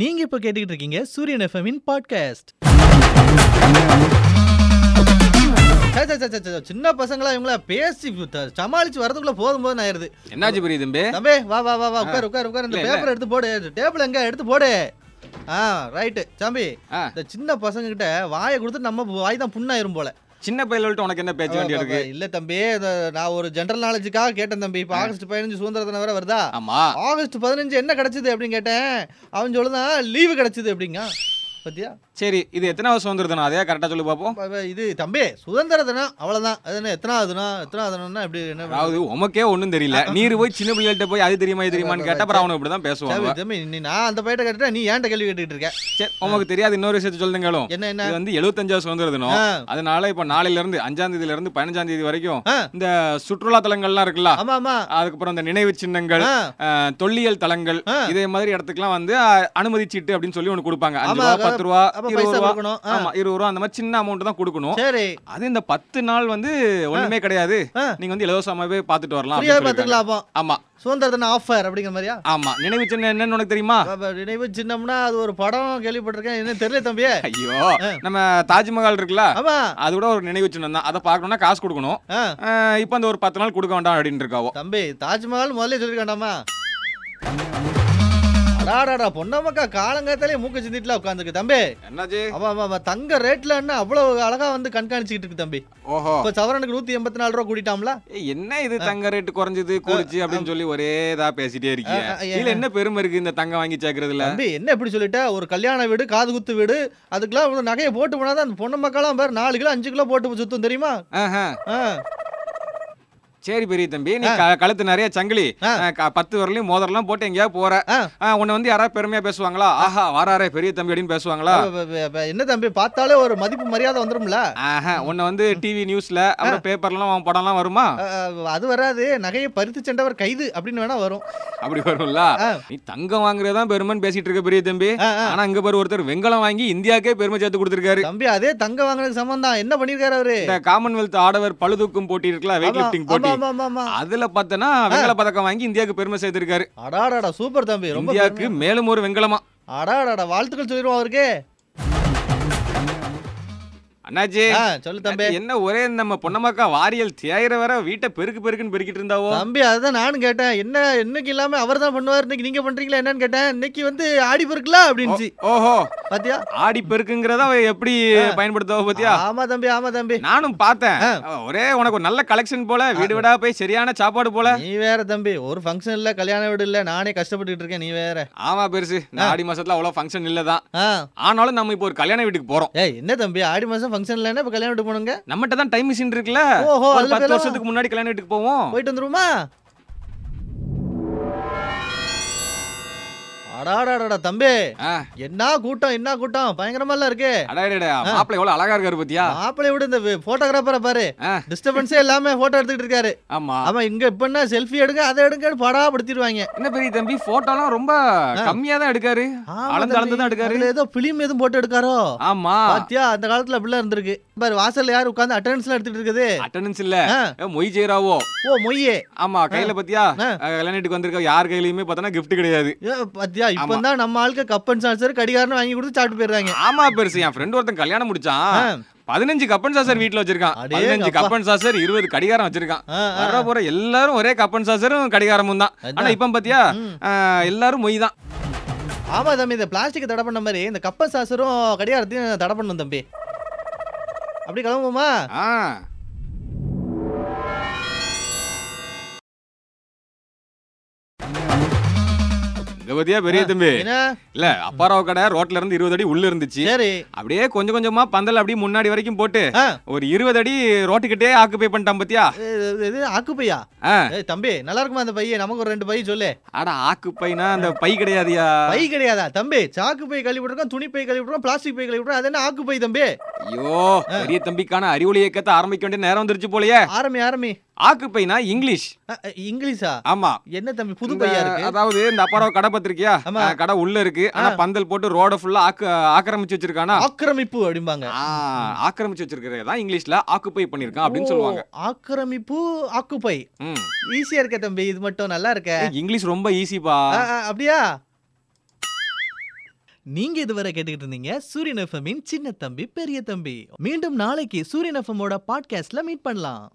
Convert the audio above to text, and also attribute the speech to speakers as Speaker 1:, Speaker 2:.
Speaker 1: நீங்க இப்ப கேட்டுக்கிட்டு இருக்கீங்க சூரியன் எஃப்எம்மின் பாட்காஸ்ட் சின்ன பசங்களா இவங்களா பேசி த- சமாளிச்சு வரதுக்குள்ள போதும் போதும் ஆயிருது
Speaker 2: என்னாச்சு பெரிய தம்பி
Speaker 1: தம்பி வா வா வா வா உட்கார் உட்கார் உட்கார் இந்த
Speaker 2: இல்ல, இல்ல.
Speaker 1: பேப்பர் எடுத்து போடு டேபிள் எங்க எடுத்து போடு ஆ ரைட்டு தம்பி
Speaker 2: ஆ.
Speaker 1: இந்த சின்ன பசங்க கிட்ட வாயை கொடுத்து நம்ம வாய் தான் புண்ணாயிரும் போல
Speaker 2: சின்ன பையலோட உனக்கு என்ன பேச்சு வேண்டி இருக்கு
Speaker 1: இல்ல தம்பி இது நான் ஒரு ஜென்ரல் நாலேஜுக்காக கேட்டேன் தம்பி இப்ப ஆகஸ்ட் பதினஞ்சு சுதந்திர தினம் வேற வருதா
Speaker 2: ஆமா
Speaker 1: ஆகஸ்ட் பதினஞ்சு என்ன கிடைச்சது அப்படின்னு கேட்டேன் அவன் சொல்லுதான் லீவு கிடைச்சது அப்படிங்க பத்தியா
Speaker 2: சரி இது எத்தனாவது சுதந்திர தினம் அதே கரெக்டா சொல்லி பாப்போம்
Speaker 1: அப்ப- அப்ப இது தம்பி சுதந்திர தினம் அவ்வளவுதான் அது என்ன எத்தனாவது தினம் எத்தனாவது தினம்னா இப்படி என்ன
Speaker 2: அதாவது உமக்கே ஒண்ணும் தெரியல நீர் போய் சின்ன பிள்ளைகள்ட்ட போய் அது தெரியுமா இது தெரியுமான்னு கேட்டா அப்புறம் அவனுக்கு இப்படிதான்
Speaker 1: தம்பி,
Speaker 2: பேசுவாங்க
Speaker 1: தம்பி நீ நான் அந்த பையிட்ட கேட்டுட்டா நீ ஏன்ட்ட கேள்வி கேட்டுக்கிட்டு இருக்க
Speaker 2: சரி உமக்கு தெரியாது இன்னொரு விஷயத்த சொல்லுங்களும்
Speaker 1: என்ன என்ன
Speaker 2: இது வந்து எழுபத்தஞ்சாவது சுதந்திர தினம்
Speaker 1: ஆ,
Speaker 2: அதனால இப்ப நாளையில இருந்து அஞ்சாம் தேதியில இருந்து பதினஞ்சாம் தேதி வரைக்கும்
Speaker 1: ஆ.
Speaker 2: இந்த சுற்றுலா தலங்கள்லாம் இருக்குல்ல
Speaker 1: ஆமா ஆமா
Speaker 2: அதுக்கப்புறம் இந்த நினைவு சின்னங்கள்
Speaker 1: ஆ,
Speaker 2: அஹ், தொல்லியல் தலங்கள்
Speaker 1: ஆ.
Speaker 2: இதே மாதிரி இடத்துக்குலாம் வந்து அஹ், அனுமதி சீட்டு அப்படின்னு சொல்லி ஒன்று கொடுப்பாங்க அஞ்சு
Speaker 1: ஆமா,
Speaker 2: ரூபா
Speaker 1: அதாவது
Speaker 2: பத்து ரூபா
Speaker 1: அப்ப
Speaker 2: இருபது
Speaker 1: பைசா
Speaker 2: ரூபா
Speaker 1: கொடுக்கணும் ஆ,
Speaker 2: ஆமா இருபது ரூபா அந்த மாதிரி சின்ன அமௌண்ட் தான் கொடுக்கணும்
Speaker 1: சரி
Speaker 2: அது இந்த பத்து நாள் வந்து ஒண்ணுமே கிடையாது
Speaker 1: ஆ.
Speaker 2: நீங்க வந்து இலவசமாவே பாத்துட்டு வரலாம்
Speaker 1: ஃப்ரீயா
Speaker 2: அப்படின்னு சொல்லிருக்காங்க.
Speaker 1: பாத்துக்கலாம் அப்போ
Speaker 2: ஆமா
Speaker 1: சுதந்திர தினம் ஆஃபர் அப்படிங்கிற மாதிரியா
Speaker 2: ஆமா நினைவு சின்ன என்னன்னு உனக்கு தெரியுமா
Speaker 1: அப்ப நினைவு சின்னம்னா அது ஒரு படம் கேள்விப்பட்டிருக்கேன் என்ன தெரியல தம்பி
Speaker 2: ஐயோ நம்ம தாஜ்மஹால் இருக்குல்ல
Speaker 1: ஆமா
Speaker 2: அது கூட ஒரு நினைவு சின்னம் தான் அதை பார்க்கணும்னா காசு கொடுக்கணும்
Speaker 1: ஆ,
Speaker 2: ஆ, இப்போ அந்த ஒரு பத்து நாள் கொடுக்க வேண்டாம் அப்படின்னு இருக்காவோ
Speaker 1: தம்பி தாஜ்மஹால் முதல்ல சொல்லிருக்காண்டாமா அடாடாடா பொன்னமக்கா காலங்காத்தாலே மூக்க சிந்திட்டுலாம் உட்காந்துருக்கு தம்பி
Speaker 2: என்னாச்சு
Speaker 1: ஆமா ஆமா, ஆமா தங்க ரேட்ல என்ன அவ்வளவு அழகா வந்து கண்காணிச்சுக்கிட்டு இருக்கு தம்பி
Speaker 2: ஓஹோ
Speaker 1: இப்ப சவரனுக்கு நூத்தி எண்பத்தி நாலு ரூபா கூட்டிட்டாம்ல
Speaker 2: ஏய், என்ன இது தங்க ரேட்டு குறைஞ்சது கூடுச்சு அப்படின்னு சொல்லி ஒரே இதா பேசிட்டே இருக்கீங்க
Speaker 1: ஆ, ஆ, ஏ.
Speaker 2: இதுல என்ன பெருமை இருக்கு இந்த தங்கம் வாங்கி சேர்க்கறதுல
Speaker 1: தம்பி என்ன இப்படி சொல்லிட்ட ஒரு கல்யாண வீடு காது குத்து வீடு அதுக்கெல்லாம் இவ்வளவு நகையை போட்டு போனாதான் அந்த பொண்ணு மக்கள்லாம் பாரு நாலு கிலோ அஞ்சு கிலோ போட்டு சுத்தும் தெரியுமா
Speaker 2: ஆஹா.
Speaker 1: ஆ,
Speaker 2: சரி பெரிய தம்பி நீ க- கழுத்து நிறைய சங்கிலி
Speaker 1: ஆ.
Speaker 2: ஆ, க- பத்து வரலையும் மோதிரலாம் போட்டு எங்கேயாவது போற
Speaker 1: ஆ.
Speaker 2: ஆ, உன்னை வந்து யாராவது பெருமையா பேசுவாங்களா ஆஹா வராரே பெரிய தம்பி அப்படின்னு பேசுவாங்களா
Speaker 1: அப்ப- அப்ப- அப்ப என்ன தம்பி பார்த்தாலே ஒரு மதிப்பு மரியாதை வந்துரும்ல
Speaker 2: ஆஹா உன்னை வந்து டிவி நியூஸ்ல அப்புறம் பேப்பர்லாம் உன் படம்லாம் வருமா
Speaker 1: அ, அ, அது வராது நகையை பறித்து சென்றவர் கைது அப்படின்னு வேணா வரும்
Speaker 2: அப்படி வரும்ல
Speaker 1: ஆ.
Speaker 2: நீ தங்கம் வாங்குறதுதான் பெருமைன்னு பேசிட்டு இருக்க பெரிய தம்பி
Speaker 1: ஆ, ஆ.
Speaker 2: ஆனா அங்க பாரு ஒருத்தர் வெங்கலம் வாங்கி இந்தியாக்கே பெருமை சேர்த்து கொடுத்திருக்காரு
Speaker 1: தம்பி அதே தங்க வாங்கினதுக்கு சமம் தான் என்ன பண்ணிருக்காரு அவரு
Speaker 2: இந்த காமன்வெல்த் ஆடவர் பழுதூக்கும் போட்டி இருக்குல்ல வெயிட்
Speaker 1: ஆமா,
Speaker 2: லிஃப்டிங்
Speaker 1: ஆமா
Speaker 2: போட்டி
Speaker 1: ஆமா ஆமா ஆமா
Speaker 2: அதுல பார்த்தனா வெங்கல பதக்கம் வாங்கி இந்தியாவுக்கு பெருமை சேர்த்திருக்காரு
Speaker 1: அடாடாடா சூப்பர் தம்பி ரொம்ப
Speaker 2: இந்தியாவுக்கு மேலும் ஒரு வெங்கலமா
Speaker 1: பெருமை. அடாடாடா வாழ்த்துக்கள் சொல்லிடுவோம் அவருக்கு
Speaker 2: அண்ணாச்சி
Speaker 1: ஆ, சொல்லு தம்பி
Speaker 2: என்ன ஒரே நம்ம பொன்னமாக்கா வாரியல் தேயிற வர வீட்டை பெருக்கு பெருக்குன்னு பெருக்கிட்டு இருந்தாவோ
Speaker 1: தம்பி அதுதான் நானும் கேட்டேன் என்ன இன்னைக்கு இல்லாம அவர் தான் பண்ணுவார் இன்னைக்கு நீங்க பண்றீங்களா என்னன்னு கேட்டேன் இன்னைக்கு வந்து ஆடி பொருட்களா அப்படின்னுச்சு
Speaker 2: ஓஹோ
Speaker 1: பாத்தியா
Speaker 2: ஆடி பெருக்குங்கிறத அவ எப்படி பயன்படுத்தாவோ பாத்தியா
Speaker 1: ஆமா தம்பி ஆமா தம்பி
Speaker 2: நானும் பார்த்தேன் ஒரே உனக்கு ஒரு நல்ல கலெக்ஷன் போல வீடு வீடா போய் சரியான சாப்பாடு போல
Speaker 1: நீ வேற தம்பி ஒரு ஃபங்க்ஷன் இல்ல கல்யாண வீடு இல்ல நானே கஷ்டப்பட்டுட்டு இருக்கேன் நீ வேற
Speaker 2: ஆமா பெருசு இந்த ஆடி மாசத்துல அவ்வளவு ஃபங்க்ஷன் இல்லதான்
Speaker 1: ஆ
Speaker 2: ஆனாலும் நம்ம இப்போ ஒரு கல்யாண வீட்டுக்கு போறோம்
Speaker 1: ஏய் என்ன தம்பி ஆடி மாசம் ஃபங்க்ஷன் இல்லன்னா இப்ப கல்யாண வீட்டுக்கு போனுங்க
Speaker 2: நம்மகிட்ட தான் டைம் மிஷின் இருக்குல்ல
Speaker 1: ஓஹோ
Speaker 2: ஒரு
Speaker 1: அதுல
Speaker 2: பத்து
Speaker 1: போயிடலாம்.
Speaker 2: வருஷத்துக்கு முன்னாடி கல்யாண வீட்டுக்கு போவோம்
Speaker 1: போயிட்டு வந்துருமா அடாடாடாடா தம்பி
Speaker 2: ஆ.
Speaker 1: என்ன கூட்டம் என்ன கூட்டம் பயங்கரமா எல்லாம் இருக்கு
Speaker 2: அடாடா மாப்பிள்ள எவ்வளவு அழகா இருக்காரு பாத்தியா
Speaker 1: மாப்பிள்ளை விட இந்த போட்டோகிராஃபரை பாரு
Speaker 2: ஆ.
Speaker 1: டிஸ்டர்பன்ஸே இல்லாம போட்டோ எடுத்துக்கிட்டு இருக்காரு
Speaker 2: ஆமா
Speaker 1: ஆமா இங்க இப்ப என்ன செல்ஃபி எடுங்க அதை எடுங்கன்னு படாப்படுத்திடுவாங்க
Speaker 2: என்ன பெரிய தம்பி போட்டோலாம் ரொம்ப கம்மியா தான் எடுக்காரு அளந்து அளந்து தான் எடுக்காரு
Speaker 1: ஏதோ பிலிம் எதுவும் போட்டு எடுக்காரோ
Speaker 2: ஆமா
Speaker 1: பாத்தியா அந்த காலத்துல அப்படிலாம் இருந்திருக்கு பாரு வாசல்ல யார் உட்கார்ந்து அட்டண்டன்ஸ் எல்லாம் எடுத்துட்டு இருக்குது
Speaker 2: அட்டண்டன்ஸ் இல்ல
Speaker 1: ஆ,
Speaker 2: ஏ, மொய் ஜெயராவோ
Speaker 1: ஓ மொய்யே
Speaker 2: ஆமா கையில பாத்தியா
Speaker 1: ஆ.
Speaker 2: கல்யாணத்துக்கு வந்திருக்க யார் கையிலயுமே பார்த்தனா கிஃப்ட் கிடையாது
Speaker 1: ஏ, பாத்தியா இப்ப தான் நம்ம ஆளுக்கு கப்பன் சான்சர் கடிகாரன்னு வாங்கி கொடுத்து சாப்பிட்டு போயிடுறாங்க
Speaker 2: ஆமா பெருசு என் ஃப்ரெண்ட் ஒருத்தன் கல்யாணம் முடிச்சான்
Speaker 1: ஆ.
Speaker 2: பதினஞ்சு கப்பன் சாசர் வீட்ல வச்சிருக்கான்
Speaker 1: அடே
Speaker 2: பதினஞ்சு
Speaker 1: எங்கப்பா.
Speaker 2: கப்பன் சாசர் இருபது கடிகாரம் வச்சிருக்கான்
Speaker 1: ஆ, ஆ.
Speaker 2: வர போற எல்லாரும் ஒரே கப்பன் சாசரும் கடிகாரமும் தான்
Speaker 1: அதான்.
Speaker 2: ஆனா இப்ப பாத்தியா
Speaker 1: ம்.
Speaker 2: ஆ, எல்லாரும் மொய் தான்
Speaker 1: ஆமா தம்பி இந்த பிளாஸ்டிக் தடை பண்ண மாதிரி இந்த கப்பன் சாசரும் கடிகாரத்தையும் தடை பண்ணும் தம்பி அப்படி கிளம்புமா
Speaker 2: ஆ. இங்க பாத்தியா பெரிய தம்பி
Speaker 1: என்ன
Speaker 2: இல்ல அப்பாராவ் கடை ரோட்ல இருந்து இருபது அடி உள்ள இருந்துச்சு
Speaker 1: சரி
Speaker 2: அப்படியே கொஞ்சம் கொஞ்சமா பந்தல் அப்படியே முன்னாடி வரைக்கும் போட்டு
Speaker 1: ஆ.
Speaker 2: ஒரு இருபது அடி ரோட்டுக்கிட்டே ஆக்குபை பண்ணிட்டான் பாத்தியா
Speaker 1: இது- இது ஆக்குப்பையா
Speaker 2: ஆ.
Speaker 1: ஏய், தம்பி நல்லா இருக்குமா அந்த பையன் நமக்கு ஒரு ரெண்டு பை சொல்லு
Speaker 2: அட ஆக்குப்பைனா அந்த பை கிடையாதுயா
Speaker 1: பை கிடையாதா தம்பி சாக்கு பை கழுவி விட்டுருக்கோம் துணி பை கழுவி விட்டுருக்கோம் பிளாஸ்டிக் பை கழுவி விட்டுருக்கோம் அது என்ன ஆக்கு பை தம்பி
Speaker 2: ஐயோ பெரிய தம்பிக்கான அறிவொளி இயக்கத்தை ஆரம்பிக்க வேண்டிய நேரம் வந்துருச்சு போலயே
Speaker 1: ஆரம்பி ஆரம்பி
Speaker 2: ஆக்குப்பைனா இங்கிலீஷ்
Speaker 1: அ, அ, இங்கிலீஷா
Speaker 2: ஆமா
Speaker 1: என்ன தம்பி புது
Speaker 2: இந்த-
Speaker 1: பையா இருக்கு
Speaker 2: அதாவது இந்த அப்பாராவ் கடை பத்திருக்கியா
Speaker 1: ஆமா.
Speaker 2: கடை உள்ள இருக்கு ஆனா பந்தல் போட்டு ரோட ஃபுல்லா ஆக்கு ஆக்கிரமிச்சு வச்சிருக்கானா
Speaker 1: ஆக்கிரமிப்பு அப்படிம்பாங்க
Speaker 2: ஆ, ஆக்கிரமிச்சு வச்சிருக்கிறதா இங்கிலீஷ்ல ஆக்குப்பை பண்ணிருக்கான் அப்படின்னு
Speaker 1: ஓ,
Speaker 2: சொல்லுவாங்க
Speaker 1: ஆக்கிரமிப்பு ஆக்குப்பை
Speaker 2: ம்.
Speaker 1: ஈஸியா இருக்க தம்பி இது மட்டும் நல்லா இருக்க
Speaker 2: ஏய், இங்கிலீஷ் ரொம்ப ஈஸிப்பா
Speaker 1: அ, அ, அப்படியா நீங்க இதுவரை கேட்டுக்கிட்டு இருந்தீங்க சூரியன் எஃப்எம்மின் சின்ன தம்பி பெரிய தம்பி மீண்டும் நாளைக்கு சூரியன் எஃப்எம்மோட பாட்காஸ்ட்ல மீட் பண்ணலாம்